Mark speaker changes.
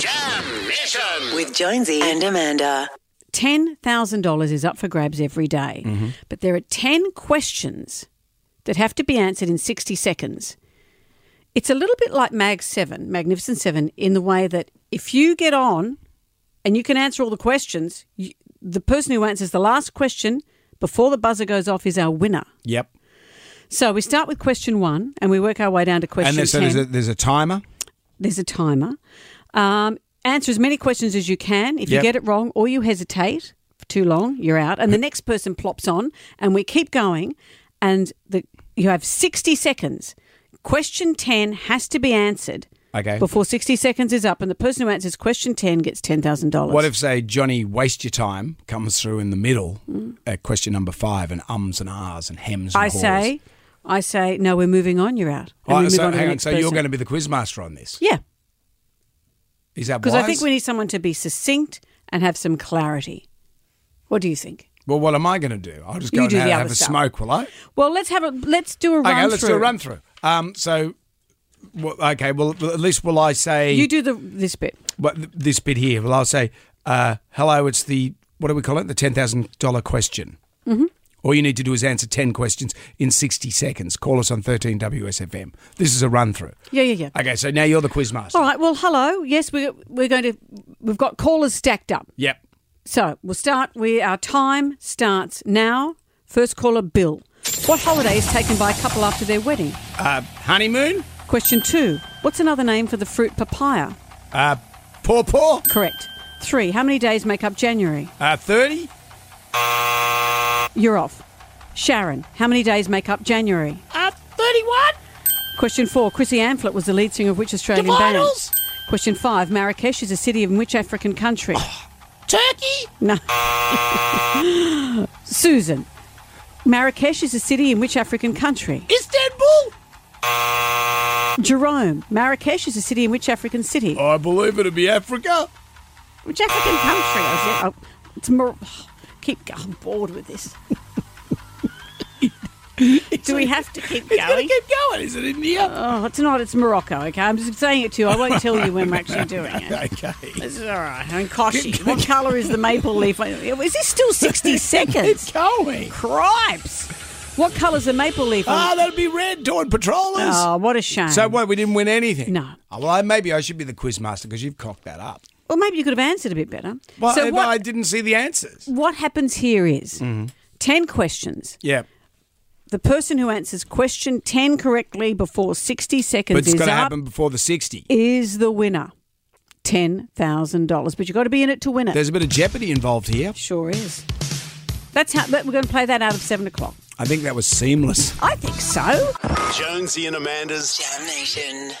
Speaker 1: Jam Mission.
Speaker 2: with Jonesy and Amanda.
Speaker 3: $10,000 is up for grabs every day, but there are 10 questions that have to be answered in 60 seconds. It's a little bit like Mag 7, Magnificent 7, in the way that if you get on and you can answer all the questions, you, the person who answers the last question before the buzzer goes off is our winner.
Speaker 4: Yep.
Speaker 3: So we start with question one and we work our way down to question
Speaker 4: And there's, so
Speaker 3: 10.
Speaker 4: there's a, there's a timer.
Speaker 3: There's a timer. Um, answer as many questions as you can. If you
Speaker 4: Yep.
Speaker 3: get it wrong or you hesitate for too long, you're out. And the next person plops on, and we keep going. And the, you have 60 seconds. Question 10 has to be answered
Speaker 4: Okay.
Speaker 3: before 60 seconds is up. And the person who answers question 10 gets $10,000.
Speaker 4: What if, say, Johnny Waste Your Time comes through in the middle at question number five and ums and ahs and hems and
Speaker 3: Mm. I
Speaker 4: haws?
Speaker 3: say, I say, no, we're moving on, you're out. And
Speaker 4: Oh,
Speaker 3: we move
Speaker 4: so,
Speaker 3: on to the
Speaker 4: hang on,
Speaker 3: next
Speaker 4: so you're
Speaker 3: person.
Speaker 4: going to be the quiz master on this?
Speaker 3: Yeah,
Speaker 4: Is that
Speaker 3: because
Speaker 4: wise?
Speaker 3: I think we need someone to be succinct and have some clarity. What do you think?
Speaker 4: well, what am I going to do? I'll just
Speaker 3: You
Speaker 4: go and
Speaker 3: do the
Speaker 4: have,
Speaker 3: other
Speaker 4: have a
Speaker 3: stuff.
Speaker 4: smoke, will I?
Speaker 3: Well, let's have a let's do a run
Speaker 4: okay,
Speaker 3: through.
Speaker 4: let's do a run through. Um, so, well, okay, well, at least will I say
Speaker 3: You do the this bit.
Speaker 4: what, this bit here? Well, I'll say, uh, hello, it's the, what do we call it? The $10,000 question. Mm-hmm. All you need to do is answer 10 questions in 60 seconds. Call us on 13 WSFM. This is a run through.
Speaker 3: Yeah, yeah, yeah.
Speaker 4: Okay, so now you're the quiz master.
Speaker 3: All right. Well, hello. Yes, we're we're going to we've got callers stacked up.
Speaker 4: Yep.
Speaker 3: So we'll start. We our time starts now. First caller, Bill. What holiday is taken by a couple after their wedding?
Speaker 4: Uh, honeymoon?
Speaker 3: Question two. What's another name for the fruit papaya?
Speaker 4: Uh, poor, poor?
Speaker 3: Correct. Three. How many days make up January?
Speaker 4: Uh, 30?
Speaker 3: You're off. Sharon. How many days make up January?
Speaker 4: Uh, 31?
Speaker 3: Question four. Chrissy Amphlett was the lead singer of which Australian band?
Speaker 4: Vitals?
Speaker 3: Question five. Marrakesh is a city in which African country?
Speaker 4: Oh, Turkey?
Speaker 3: No. Susan, Marrakesh is a city in which African country?
Speaker 4: Istanbul?
Speaker 3: Jerome, Marrakesh is a city in which African city?
Speaker 4: I believe it'll be Africa.
Speaker 3: Which African country? I said, oh, it's Mar- keep go- I'm bored with this. Do we have to keep
Speaker 4: It's going
Speaker 3: going?
Speaker 4: to keep going. Is it India?
Speaker 3: Oh, it's not. It's Morocco. Okay, I'm just saying it to you. I won't tell you when we're actually doing it.
Speaker 4: Okay.
Speaker 3: This is all right. And Koshi, what colour is the maple leaf? Is this still 60
Speaker 4: It's
Speaker 3: seconds?
Speaker 4: going.
Speaker 3: Cripes! What colour's the maple leaf? on-
Speaker 4: Ah, that'll be red. Dawn Patrollers.
Speaker 3: Oh, what a shame.
Speaker 4: So what? We didn't win anything.
Speaker 3: No.
Speaker 4: Oh, well, I, maybe I should be the quiz master because you've cocked that up.
Speaker 3: well, maybe you could have answered a bit better.
Speaker 4: Well,
Speaker 3: so
Speaker 4: I,
Speaker 3: what,
Speaker 4: I Mm-hmm. didn't see the answers.
Speaker 3: what happens here is 10 questions.
Speaker 4: Yeah,
Speaker 3: The person who answers question 10 correctly before 60
Speaker 4: but
Speaker 3: seconds
Speaker 4: it's
Speaker 3: is
Speaker 4: going
Speaker 3: up
Speaker 4: to happen before the sixty.
Speaker 3: is the winner. $10,000. But you've got to be in it to win it.
Speaker 4: There's a bit of jeopardy involved here.
Speaker 3: sure is. That's how that, we're going to play that out of 7 o'clock.
Speaker 4: I think that was seamless.
Speaker 3: I think so.
Speaker 1: Jonesy and Amanda's
Speaker 2: Jam Nation.